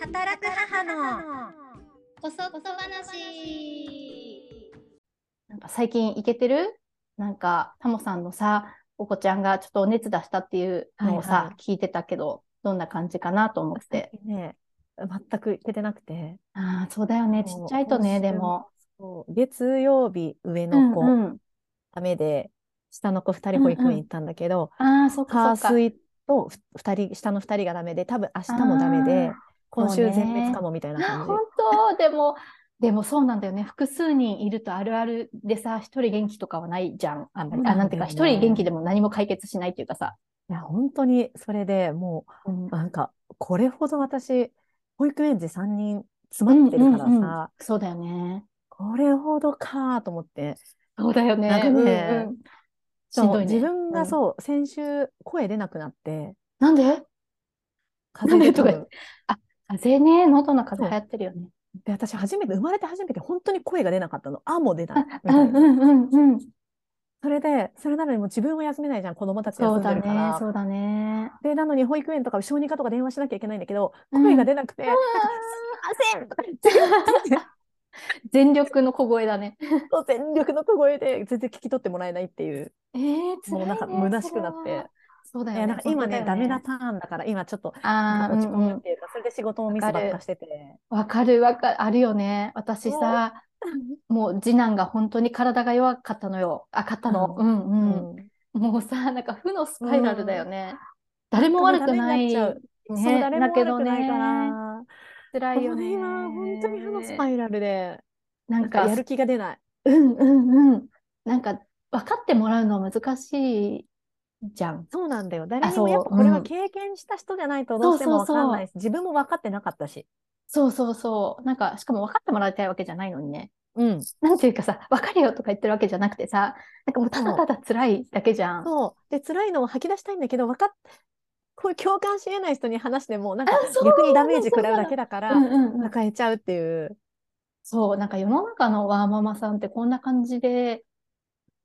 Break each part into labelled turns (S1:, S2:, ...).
S1: 働く母の
S2: こそっと話。
S3: なんか最近いけてるなんか、タモさんのさ、お子ちゃんがちょっとお熱出したっていうのをさ、
S4: はいはい
S3: 聞いてたけど、どんな感じかなと思って。
S4: ね、全くいけてなくて。
S3: ああ、そうだよね。ちっちゃいとね、
S4: 今週
S3: でも。
S4: そう月曜日、上
S3: う
S4: の
S3: ん
S4: 子、
S3: うん。
S4: ダメで、下の子2人保育園行ったんだけど、
S3: ああ、そっ
S4: 火
S3: かそっか。
S4: 水とふ二人、下の2人がダメで、多分明日もダメで
S3: あー、
S4: 今週
S3: そうね
S4: 全滅かもみたいな感じ。
S3: 本当でも、でもそうなんだよね。複数人いるとあるあるでさ、一人元気とかはないじゃん。あんまり。あ、なんていうか、
S4: そう
S3: 一
S4: なんだよね
S3: 人元気でも何も解決しないっていうかさ。
S4: いや、本当にそれでも
S3: うん
S4: う、なんか、これほど私、保育園児3人詰まってるから
S3: うんうんうん
S4: さ、
S3: そうだよね。
S4: これほどかーと思って。
S3: そうだよね。
S4: なんかね
S3: うんうん
S4: し
S3: しんどいね
S4: 自分
S3: う
S4: が
S3: ん
S4: そう、先週声出なくなって、
S3: なんで
S4: 風邪で多
S3: なんでとか言
S4: 分
S3: 風邪ね、喉の風邪流行ってるよね。
S4: で、私初めて、生まれて初めて本当に声が出なかったの。あ、もう出ない。み
S3: う
S4: たい
S3: んう
S4: な。
S3: んうんうん。
S4: それで、それなのにもう自分は休めないじゃん、子供たち
S3: そ
S4: 休
S3: うん
S4: で
S3: だ
S4: るか
S3: ね、
S4: ら。
S3: そうだね。
S4: で、なのに保育園とか小児科とか電話しなきゃいけないんだけど、
S3: うん
S4: 声が出なくて、なんか
S3: あ
S4: すいませんとか
S3: 全力の小声だね。
S4: 言って、全力の小声で全然聞き取ってもらえないっていう、
S3: えー、辛い
S4: もうなんか
S3: ね
S4: 虚しくなっ。
S3: それ
S4: て
S3: は。そうだ
S4: い
S3: よ
S4: や
S3: ね。
S4: なんか今ね、
S3: 本当
S4: ダ
S3: よ
S4: メなターンだから、今ちょっと
S3: ああ、う
S4: 落ち
S3: ん
S4: 込む
S3: う
S4: っ
S3: ん。
S4: ていうか、それで仕事もミスばっ
S3: わか
S4: か
S3: る
S4: してて。
S3: わかるわかる。あるよね。私さ、もう次男が本当に体が弱かったのよ。あ、かったの。
S4: う
S3: うん
S4: う
S3: うん。
S4: ん
S3: もうさ、なんか負のスパイラルだよね。誰も悪くない。
S4: ダメになっちゃうそう、
S3: ね
S4: 誰も
S3: だけ
S4: 悪
S3: ど
S4: くないか
S3: ね、
S4: ら。
S3: 辛
S4: こ
S3: いよね。
S4: れは本当に負のスパイラルで、
S3: なん
S4: なん
S3: か
S4: かやる気が出ない。
S3: うんうんうん。なんか分かってもらうのは難しいじゃん。
S4: そうなんだよ。誰に
S3: そ
S4: も
S3: う
S4: やっぱこれ
S3: う
S4: は
S3: ん
S4: 経験した人じゃないとどうしても
S3: そうそうそ
S4: わ
S3: う
S4: かんないし、自分も分かってなかったし。
S3: そうそうそう。なんか、しかも分かってもらいたいわけじゃないのにね。
S4: うん。
S3: なんていうかさ、分かるよとか言ってるわけじゃなくてさ、なんかもうただただ辛いだけじゃん。
S4: そう。で、辛いのを吐き出したいんだけど、分かっ、こういう共感し得ない人に話しても、なんか
S3: あそう
S4: 逆にダメージ食ら
S3: そう
S4: う
S3: な
S4: だ
S3: の
S4: けだから、
S3: うんうんうん。
S4: 抱えちゃうっていう。
S3: そう、なんか世の中のワーママさんってこんな感じで、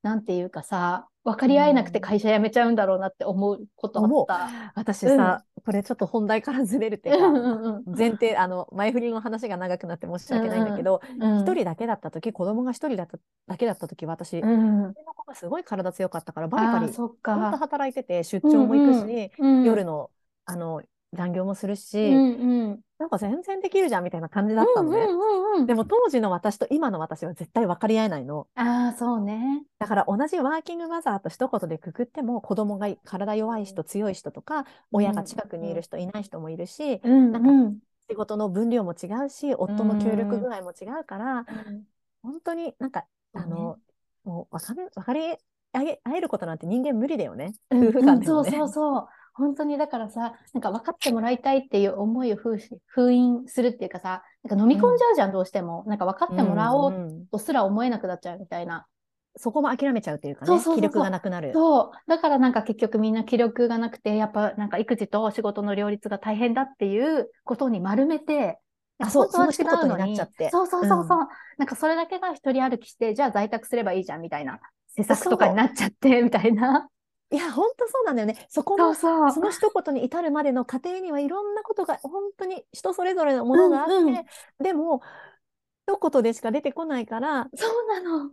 S3: なんていうかさ、分かり合えなくて会社辞めちゃうんだろうなって思うことあった。
S4: 私さ、これちょっと本題からずれるっていううか、
S3: んうんうん。
S4: 前提、あの、前振りの話が長くなって申し訳ないんだけど、
S3: うん
S4: 一、人だけだった時、子供が一人だっただけだった時、私、
S3: う
S4: 上
S3: ん。
S4: の子がすごい体強かったから、バリ
S3: ああ、
S4: バリ、
S3: そっ
S4: 本
S3: か。
S4: 当働いてて、出張も行くし、
S3: うんうん
S4: 夜の、あの、残業もするし、
S3: うんうん。
S4: なんか全然できるじゃんみたいな感じだったのね。
S3: うんうんうんうん
S4: でも当時の私と今の私は絶対分かり合えないの。
S3: ああ、そうね。
S4: だから同じワーキングマザーと一言でくくっても子供が体弱い人強い人とか親が近くにいる人いない人もいるし
S3: うん
S4: な
S3: うん。
S4: 仕事の分量も違うし夫の協力具合も違うから本当になんかあのもう分かる分かり合え合えることなんて人間無理だよね。夫婦間で
S3: そ
S4: も
S3: う
S4: ね。
S3: そうそう。本当にだからさ、なんか分かってもらいたいっていう思いを封し封印するっていうかさ、なんか飲み込んじゃうじゃん、どうしても。なんか分かってもらお
S4: う
S3: うん
S4: うん
S3: とすら思えなくなっちゃうみたいな。
S4: そこも諦めちゃうというか
S3: そう
S4: ね
S3: そうそう
S4: 気力がなくなる。
S3: そう。だからなんか結局みんな気力がなくて、やっぱなんか育児と仕事の両立が大変だっていうことに丸めて、
S4: あそう
S3: 本当は
S4: その一言になっちゃって
S3: そうそうそうそう。なんかそれだけが一人歩きして、じゃあ在宅すればいいじゃんみたいな。施策とかになっちゃって、みたいな。
S4: いや本当そうなんだよね。そこ
S3: そ
S4: の
S3: うそう。
S4: その一言に至るまでの過程にはいろんなことが本当に人それぞれのものがあって、
S3: うんうん
S4: でも一言でしか出てこないから
S3: そうなの。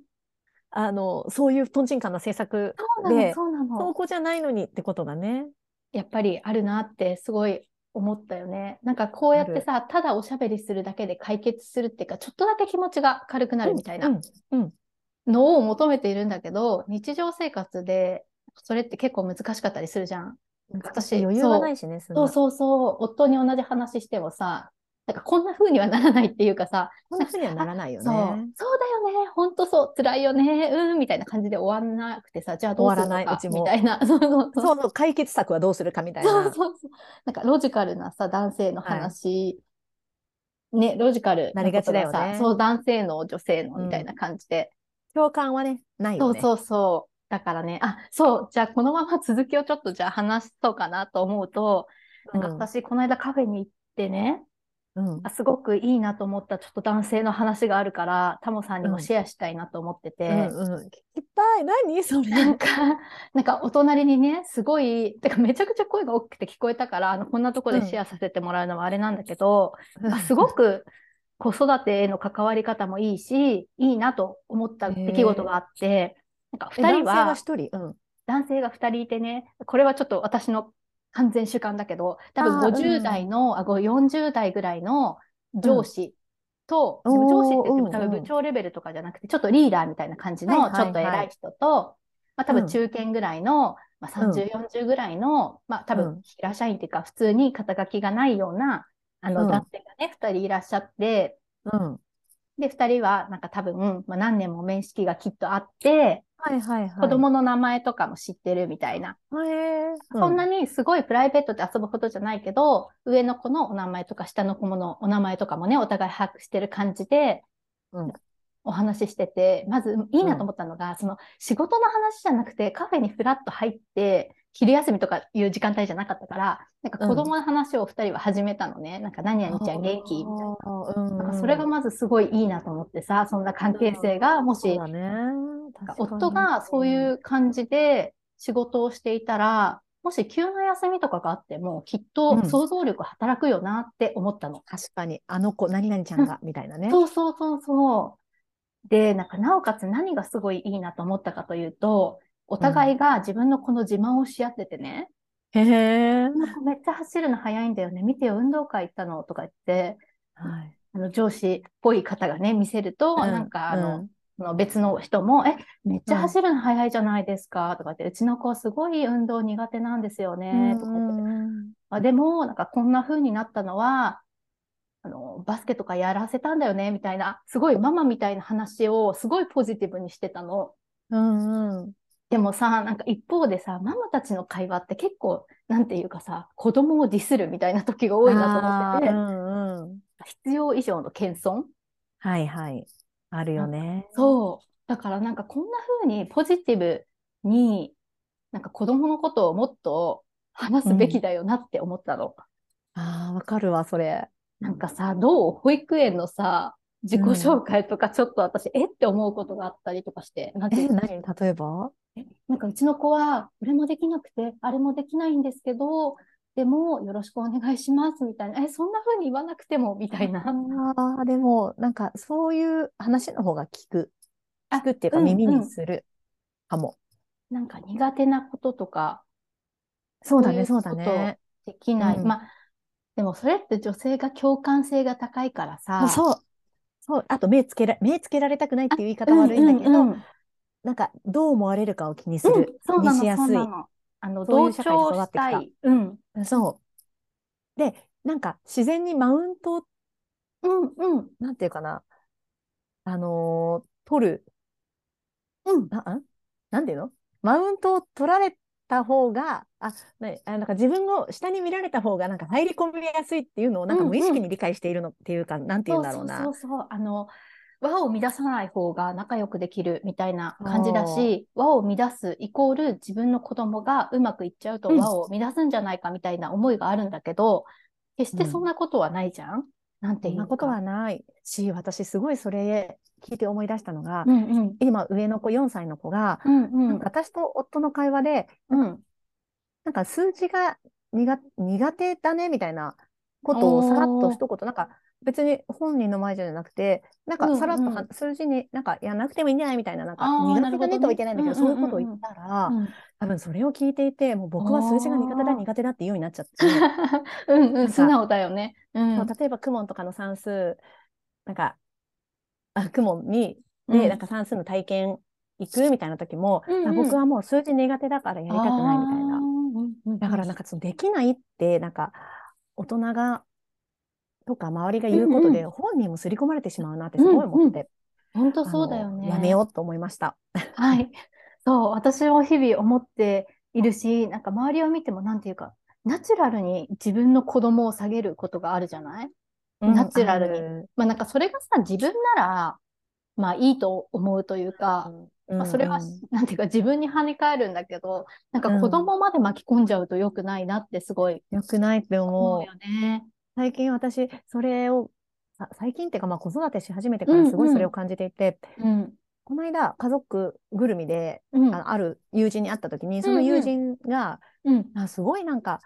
S4: あのそういうとんちんかんな政策
S3: そうなの。
S4: で
S3: そうな
S4: 投
S3: の。
S4: 稿じゃないのにってことがね。
S3: やっぱりあるなってすごい思ったよね。なんかこうやってさ、ただおしゃべりするだけで解決するっていうか、ちょっとだけ気持ちが軽くなるみたいな。
S4: うんうん
S3: のを求めているんだけど、日常生活でそれって結構難しかったりするじゃん。私
S4: 余裕がないしね。そん
S3: そ
S4: な
S3: うそうそう、夫に同じ話してもさ、なんかこんな風にはならないっていうかさ、
S4: こんなふうにはならないよ
S3: そう、
S4: ね。
S3: そうだよね、本当そう、辛いよね、うん、みたいな感じで終わんなくてさ、じゃあどうするの
S4: 終わらない
S3: か、
S4: うちも
S3: みたいな、 そうそうそう
S4: そうそう解決策はどうするかみたいな。
S3: そうそうそう。なんかロジカルなさ、男性の話、ね、ロジカル
S4: なりがちだよね
S3: ことがさそう、男性の女性のみたいな感じで、
S4: 共感はねない
S3: そ
S4: よ
S3: う
S4: ね。
S3: そうそう。だからね、あ、そう、じゃあこのまま続きをちょっとじゃあ話そうかなと思うと、なんか
S4: うん
S3: 私、この間カフェに行ってね、
S4: うん
S3: あ、すごくいいなと思ったちょっと男性の話があるから、タモさんにもシェアしたいなと思って
S4: う
S3: て、
S4: んうん、聞きたい。何そ れ。
S3: なんか、なんかお隣にね、すごい、てかめちゃくちゃ声が大きくて聞こえたから、あの、こんなとこでシェアさせてもらうのはあれなんだけど、 あすごく子育てへの関わり方もいいし、いいなと思った出来事があって、なんか
S4: え
S3: 二人は
S4: 男、性が一人。うん。
S3: 男性が2人いてね、これはちょっと私の完全主観だけど、多
S4: あー
S3: 分
S4: う
S3: 50
S4: ん
S3: 代の、あ、ご40代ぐらいの上司と、でも上司って言っても多
S4: おーうん
S3: 分
S4: うん
S3: 部長レベルとかじゃなくて、ちょっとリーダーみたいな感じ
S4: はいは
S3: の、
S4: いはい
S3: ちょっと偉い人と、まあ多
S4: うん
S3: 分中堅ぐらいの、まあ30、40ぐらいの、まあ多
S4: うん
S3: 分平社員っていうか、普通に肩書きがないような、あ
S4: うん
S3: の男性がね、2人いらっしゃって、
S4: うん。
S3: で、2人はなんか多分、まあ何年も面識がきっとあって、
S4: はいはいはい。
S3: 子供の名前とかも知ってるみたいな。
S4: へえ。
S3: そんなにすごいプライベートで遊ぶほどじゃないけど、上の子のお名前とか下の子のお名前とかもね、お互い把握してる感じで、
S4: うん
S3: お話ししてて、まずいいなと思ったのが、その仕事の話じゃなくてカフェにフラッと入って、昼休みとかいう時間帯じゃなかったから、なんか子供の話を二人は始めたのね。なんか何々ちゃん元気みたいな。な
S4: な。
S3: んかそれがまずすごいいいなと思ってさ、そんな関係性がも
S4: そう
S3: し
S4: だね。
S3: なんか
S4: 確かに
S3: 夫がそういう感じで仕事をしていたら、もし急な休みとかがあっても、きっ
S4: う
S3: と
S4: ん
S3: 想像力働くよなって思ったの。
S4: 確かに、あの子、何々ちゃんが、みたいなね。
S3: そうそうそうそう。で、なんかなおかつ何がすごいいいなと思ったかというと、お互いが自分のこの自慢をし合っててね、
S4: へえ。
S3: この子めっちゃ走るの早いんだよね、見てよ、運動会行ったのとか言って、
S4: はい。
S3: あの上司っぽい方がね、見せると、
S4: うん
S3: なんかあの、
S4: うん
S3: その別の人も、え、めっちゃ走るの早いじゃないですか、とかって、うちの子すごい運動苦手なんですよね、とか言って。あ、でも、なんかこんな風になったのは、あの、バスケとかやらせたんだよね、みたいな、すごいママみたいな話をすごいポジティブにしてたの。
S4: うんうん。
S3: でもさ、なんか一方でさ、ママたちの会話って結構、なんていうかさ、子供をディスるみたいな時が多いなと思って
S4: あー
S3: て、
S4: うんうん。
S3: 必要以上の謙遜
S4: はいはい。あるよね。
S3: そう。だからなんかこんな風にポジティブに、なんか子供のことをもっと話すべきだよなって思ったの。
S4: ああ、わかるわ、それ。
S3: なんかさ、どう保育園のさ、自己紹介とかちょっと私、えって思うことがあったりとかして、なんてい
S4: え、
S3: うの
S4: 何例えば
S3: なんかうちの子は、これもできなくて、あれもできないんですけど、でもよろしくお願いしますみたいな、え、そんな風に言わなくてもみたいな。
S4: ああ、でも、なんか、そういう話の方が聞く。
S3: あ
S4: 聞くっていうか、
S3: うん
S4: 耳
S3: う
S4: に
S3: ん
S4: するかも。
S3: なんか苦手なこととか、
S4: そうう
S3: だ
S4: だ
S3: ね
S4: ね、そうだ
S3: そういう
S4: ね。
S3: できない。
S4: うん
S3: まあ、でもそれって女性が共感性が高いから
S4: あ
S3: さ。
S4: そう。そう。あと、目つけら、目つけられたくないっていう言い方
S3: うん
S4: 悪いんだけ
S3: うん
S4: ど、
S3: うん
S4: なんか、どう思われるかを気にす
S3: うん
S4: る。
S3: そう
S4: に
S3: なの、
S4: しや
S3: そう
S4: すい
S3: な。の。あの、
S4: そう
S3: 同
S4: いう社会で
S3: 調
S4: 育っ
S3: して
S4: きた
S3: たい。うん。
S4: そう。で、なんか、自然にマウントを、
S3: うん、うん。
S4: なんていうかな。あのー取る。
S3: うん。
S4: な、んなんていうのマウントを取られた方が、あ、なあなんか自分を下に見られた方が、なんか入り込みやすいっていうのを、なんか無意
S3: うん
S4: 識
S3: うん
S4: に理解しているのっていうか、なんていうんだろう
S3: そ
S4: な
S3: う。そうそうそう。あの、和を乱さない方が仲良くできるみたいな感じだし、和を乱すイコール自分の子供がうまくいっちゃうと
S4: うん
S3: 和を乱すんじゃないかみたいな思いがあるんだけど、決して
S4: うん
S3: そんなことはないじゃんなんて
S4: そ
S3: いう
S4: んなこ
S3: か
S4: とはないし、私すごいそれ聞いて思い出したのが、
S3: うんうん。
S4: 今上の子4歳の子が、
S3: うんうん。
S4: 私と夫の会話で、
S3: うん。
S4: なんか数字が苦苦手だねみたいなことをさらっと一言、なんか別に本人の前じゃなくて、なん
S3: うんうん
S4: かさらっとは数字になんかやらなくてもいいんじゃないみたいな、なんか
S3: あー
S4: 苦
S3: な
S4: 手
S3: るほ
S4: だ
S3: ど
S4: ね
S3: ね
S4: とは言ってないんだけど、
S3: うん
S4: そうい
S3: んう
S4: う
S3: んうん
S4: ことを言ったら、
S3: うん
S4: 多分それを聞いていて、もう僕は数字が苦手だ
S3: あー
S4: 苦手だ っていうようになっちゃって、
S3: うんうんん、
S4: か
S3: 素直だよね。うん。
S4: そう例えば公文とかの算数、なんか、あ、公文に、
S3: うん
S4: で、なんか算数の体験行くみたいな時も、
S3: うんうん
S4: あ僕はもう数字苦手だからやりたくないみたいな。だからなんかそのできないってなんか大人がとか周りが言うこと
S3: うん
S4: で本人も刷り込まれてしまうなってすごい思って、
S3: 本当
S4: あの
S3: そうだよね。
S4: やめようと思いました。
S3: はい。そう、私も日々思っているし、なんか周りを見ても、なんていうか、ナチュラルに自分の子供を下げることがあるじゃないナチュラルに
S4: に。
S3: まあなんかそれがさ、自分なら、まあいいと思うというか、
S4: うん
S3: まあ、それは
S4: うん、
S3: なんていうか自分に跳ね返るんだけど、なんか子供まで巻き込んじゃうと良くないなってすごい
S4: 良くないって
S3: 思う
S4: 思
S3: よね。
S4: 最近私、それを、さ最近っていうか、まあ子育てし始めてからすご
S3: うんう
S4: い
S3: ん
S4: それを感じていて、
S3: うん。
S4: この間、家族ぐるみで、
S3: うん
S4: あのある友人に会った時に、その友人が、
S3: うん。
S4: あすごいなんか、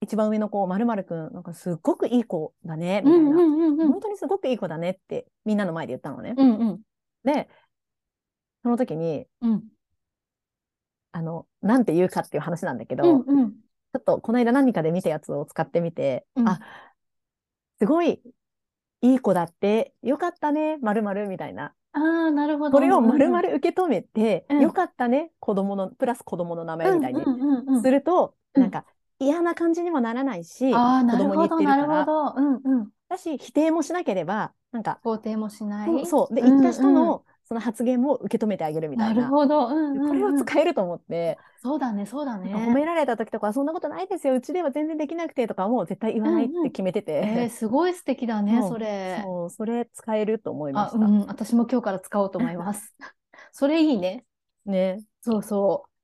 S4: 一番上の子、まるまるくん、なんかすっごくいい子だね、
S3: う
S4: みたい
S3: んう
S4: な。
S3: んうんうん
S4: 本当にすごくいい子だねって、みんなの前で言ったのね。
S3: うんうん
S4: で、その時に、
S3: うん
S4: あの、なんて言うかっていう話なんだけど、
S3: うん
S4: ち
S3: うん
S4: ょっとこの間何かで見たやつを使ってみて、
S3: うん
S4: あ、すごいいい子だって、よかったね、まるまるみたいな。
S3: ああ、なるほど。
S4: これをまるま
S3: る
S4: る受け止めて、
S3: うん
S4: よかったね、子供の、プラス子供の名前みたいに
S3: うんうんうんうん
S4: すると、
S3: うん
S4: なんか嫌な感じにもならないし、
S3: ああ、な
S4: 子
S3: る
S4: 供に
S3: ほど、
S4: 言ってる
S3: な
S4: から
S3: るほど。うんうん。
S4: だし、否定もしなければ、なんか、
S3: 肯定もしない。
S4: そうそう。で、
S3: うん
S4: 言った人
S3: うん
S4: のその発言も受け止めてあげるみた
S3: ないる
S4: な。
S3: ほど。うんうんうん
S4: これを使えると思って、
S3: そうだね、そうだね。
S4: なんか褒められた時とか、そんなことないですよ、うちでは全然できなくてとかはもう絶対言わないっ
S3: うんうん
S4: て決めてて、
S3: えー、すごい素敵だね、
S4: うん
S3: そ れ。
S4: そう、それ使えると思いま
S3: あ、
S4: し
S3: う
S4: た。
S3: ん、私も今日から使おうと思い ます。それいいね。
S4: ね。
S3: そうそう。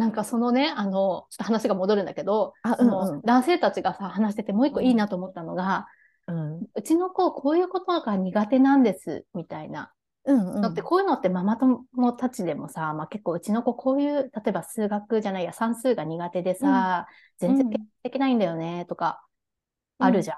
S3: なんかそのね、あの、ちょっと話が戻るんだけど、
S4: あ
S3: その
S4: うんうん
S3: 男性たちがさ、話しててもう一個いいなと思ったのが、
S4: うん。
S3: うちの子こういうことが苦手なんです、みたいな。
S4: うん、うん。
S3: だってこういうのってママ友たちでもさ、まあ、結構うちの子こういう、例えば数学じゃないや、算数が苦手でさ、全然
S4: うん
S3: できないんだよね、とか、あるじゃん。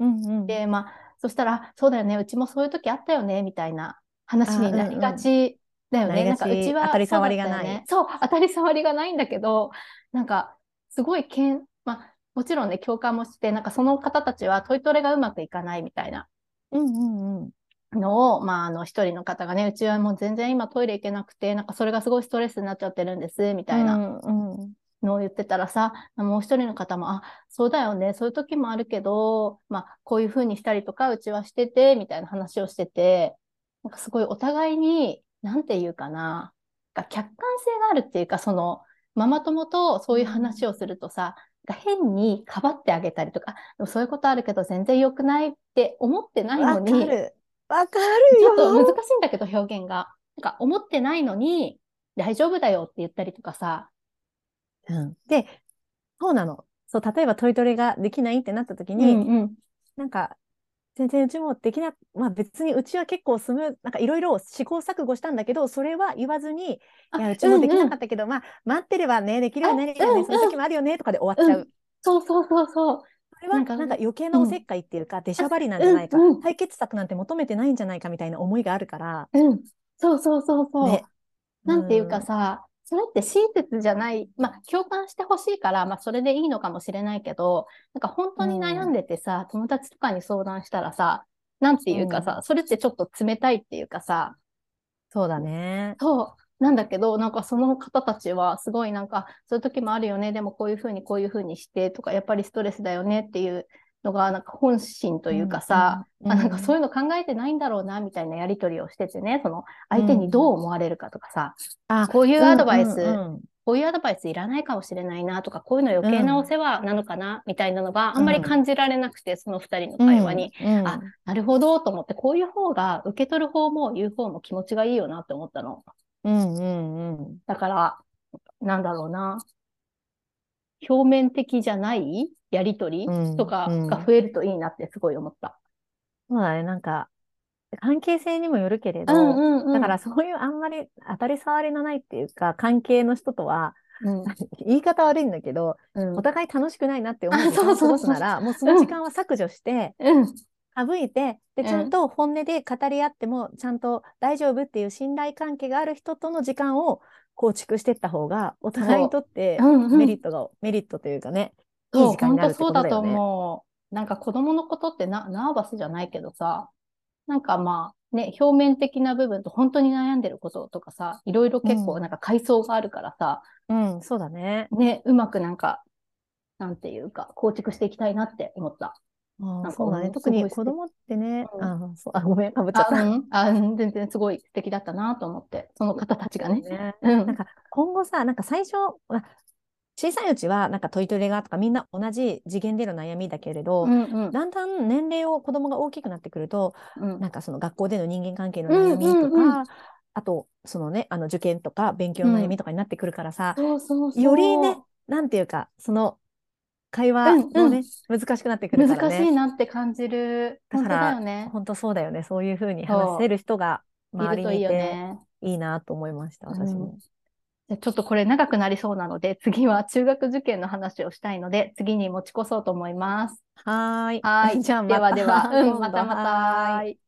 S4: うんうん、
S3: で、まあ、そしたら、そうだよね、うちもそういう時あったよね、みたいな話になりがちだよね。
S4: なり
S3: なん
S4: がち
S3: かうちは
S4: 当たり障りが
S3: そうだ
S4: な
S3: っ
S4: い
S3: たよねそう、当たり障りがないんだけど、なんか、すごいけん、まあ、もちろんね、共感もして、なんかその方たちはトイトレがうまくいかないみたいな。
S4: うんうんうん。
S3: のを、まあ、あの、一人の方がね、うちはもう全然今トイレ行けなくて、なんかそれがすごいストレスになっちゃってるんです、みたいな
S4: うんうん。
S3: のを言ってたらさ、もう一人の方も、あ、そうだよね、そういう時もあるけど、まあ、こういう風にしたりとか、うちはしてて、みたいな話をしてて、なんかすごいお互いに、なんていうかな、が客観性があるっていうか、その、ママ友とそういう話をするとさ、が変にかばってあげたりとか、でもそういうことあるけど全然良くないって思ってないの
S4: わ
S3: に、
S4: かる。わかる
S3: ちょ
S4: よ
S3: っ。と難しいんだけど表現が。なんか思ってないのに大丈夫だよって言ったりとかさ。
S4: うん、で、そうなの。そう、例えばトイトレができないってなった時に、
S3: うん
S4: なんか、全然うちもできな、まあ別にうちは結構スムーなんかいろいろ試行錯誤したんだけど、それは言わずに、
S3: あ
S4: いや、うちもできな
S3: うんう
S4: か
S3: ん
S4: ったけど、まあ待ってればね、できるよね、できる
S3: う
S4: よ
S3: んう
S4: ね、
S3: ん
S4: そういう時もあるよね、とかで終わっちゃう。
S3: うそうそうそうそう。
S4: それは
S3: な
S4: なんん
S3: か
S4: か余計なおせっかいっていうか、出しゃばりなんじゃないか
S3: うんうん、
S4: 解決策なんて求めてないんじゃないかみたいな思いがあるから、
S3: うん。そうそうそうそう。
S4: ね
S3: なんていうかさ、それって親切じゃない、まあ共感してほしいから、まあそれでいいのかもしれないけど、なんか本当に悩んでてさ、友達とかに相談したらさ、なんていうかさ、それってちょっと冷たいっていうかさ、
S4: そうだね。
S3: そう。なんだけど、なんかその方たちはすごいなんか、そういう時もあるよね。でもこういうふうにこういうふうにしてとか、やっぱりストレスだよねっていうのが、なんか本心というかさ、
S4: うん、
S3: あ、なんかそう
S4: い
S3: いうの考えてないんだろうな、みたいなやりとりをしててね、その相手にどう思われるかとかさ、
S4: あ
S3: こういうアドバイス、
S4: うんうん
S3: こういうアドバイスいらないかもしれないなとか、こういうの余計なお世話なのかな、みたいなのがあんまり感じられなくて、その二人の
S4: うん
S3: 会話に。
S4: うん
S3: あなるほどと思って、こういう方が受け取る方も言う方も気持ちがいいよなって思ったの。
S4: うんうんうん。
S3: だから、なんだろうな。表面的じゃないやりとり
S4: うん
S3: とか
S4: うん
S3: が増えるといいなってすごい思った。
S4: そうだね、なんか、関係性にもよるけれど、
S3: ん
S4: だから、そういうあんまり当たり障りのないっていうか、関係の人とは、
S3: うん
S4: 言い方悪いんだけど、
S3: うん
S4: お互い楽しくないなって思う
S3: あ
S4: 時間
S3: そうそうそう
S4: を過ごすなら、もうその時間は削除して、
S3: うん
S4: 省いて、で、
S3: うん
S4: ちゃんと本音で語り合っても、ちゃんと大丈夫っていう信頼関係がある人との時間を構築していった方が、お互いにとって
S3: うんうん
S4: メリットが、メリットというかね、い
S3: そう
S4: い時間になるってことだ
S3: 本当
S4: よ
S3: そうだと
S4: ね。
S3: 思う。なんか子供のことってな、ナーバスじゃないけどさ、なんかまあ、ね、表面的な部分と本当に悩んでることとかさ、いろいろ結構
S4: うん
S3: なんか階層があるからさ、
S4: うん、そうだね。
S3: ね、うまくなんか、なんていうか、構築していきたいなって思った。
S4: あ
S3: な
S4: あ、
S3: んか
S4: そうだ
S3: も
S4: ね。
S3: う
S4: 特
S3: すご
S4: に
S3: い素
S4: 子
S3: 敵
S4: 供ってね、
S3: うん
S4: ああそうあ、ごめん、かぶっち
S3: あ、
S4: ゃった。
S3: うん、 あ、うん全然すごい素敵だったなと思って、その方たちがね。
S4: ね
S3: うん
S4: なんか今後さ、なんか最初、あ小さいうちはなんかトイトレがとかみんな同じ次元での悩みだけれど、
S3: うんうん
S4: だんだん年齢を子供が大きくなってくると、
S3: うん
S4: なんかその学校での人間関係の悩みとか、
S3: うんうんう
S4: あとそのね、あの受験とか勉強の悩みとかになってくるからさ、
S3: そうそうそう
S4: よりね、なんていうか、その会話も
S3: うん
S4: ね、難しくなってくるから
S3: 難
S4: ね。
S3: しいなって感じる。
S4: だ
S3: 本
S4: か
S3: 当
S4: ら
S3: だよね。
S4: 本当そうだよね。そういうふうに
S3: そう
S4: 話せる人が周
S3: いる
S4: り
S3: と
S4: に
S3: いい
S4: い
S3: よ
S4: て
S3: ね。
S4: いいなと思いました、私も。
S3: じゃあちょっとこれ長くなりそうなので、次は中学受験の話をしたいので、次に持ち越そうと思います。
S4: はーい。
S3: はーい
S4: じゃあま
S3: では
S4: た
S3: では、うん、
S4: 今
S3: ま
S4: 度
S3: たまた。
S4: はーい
S3: はい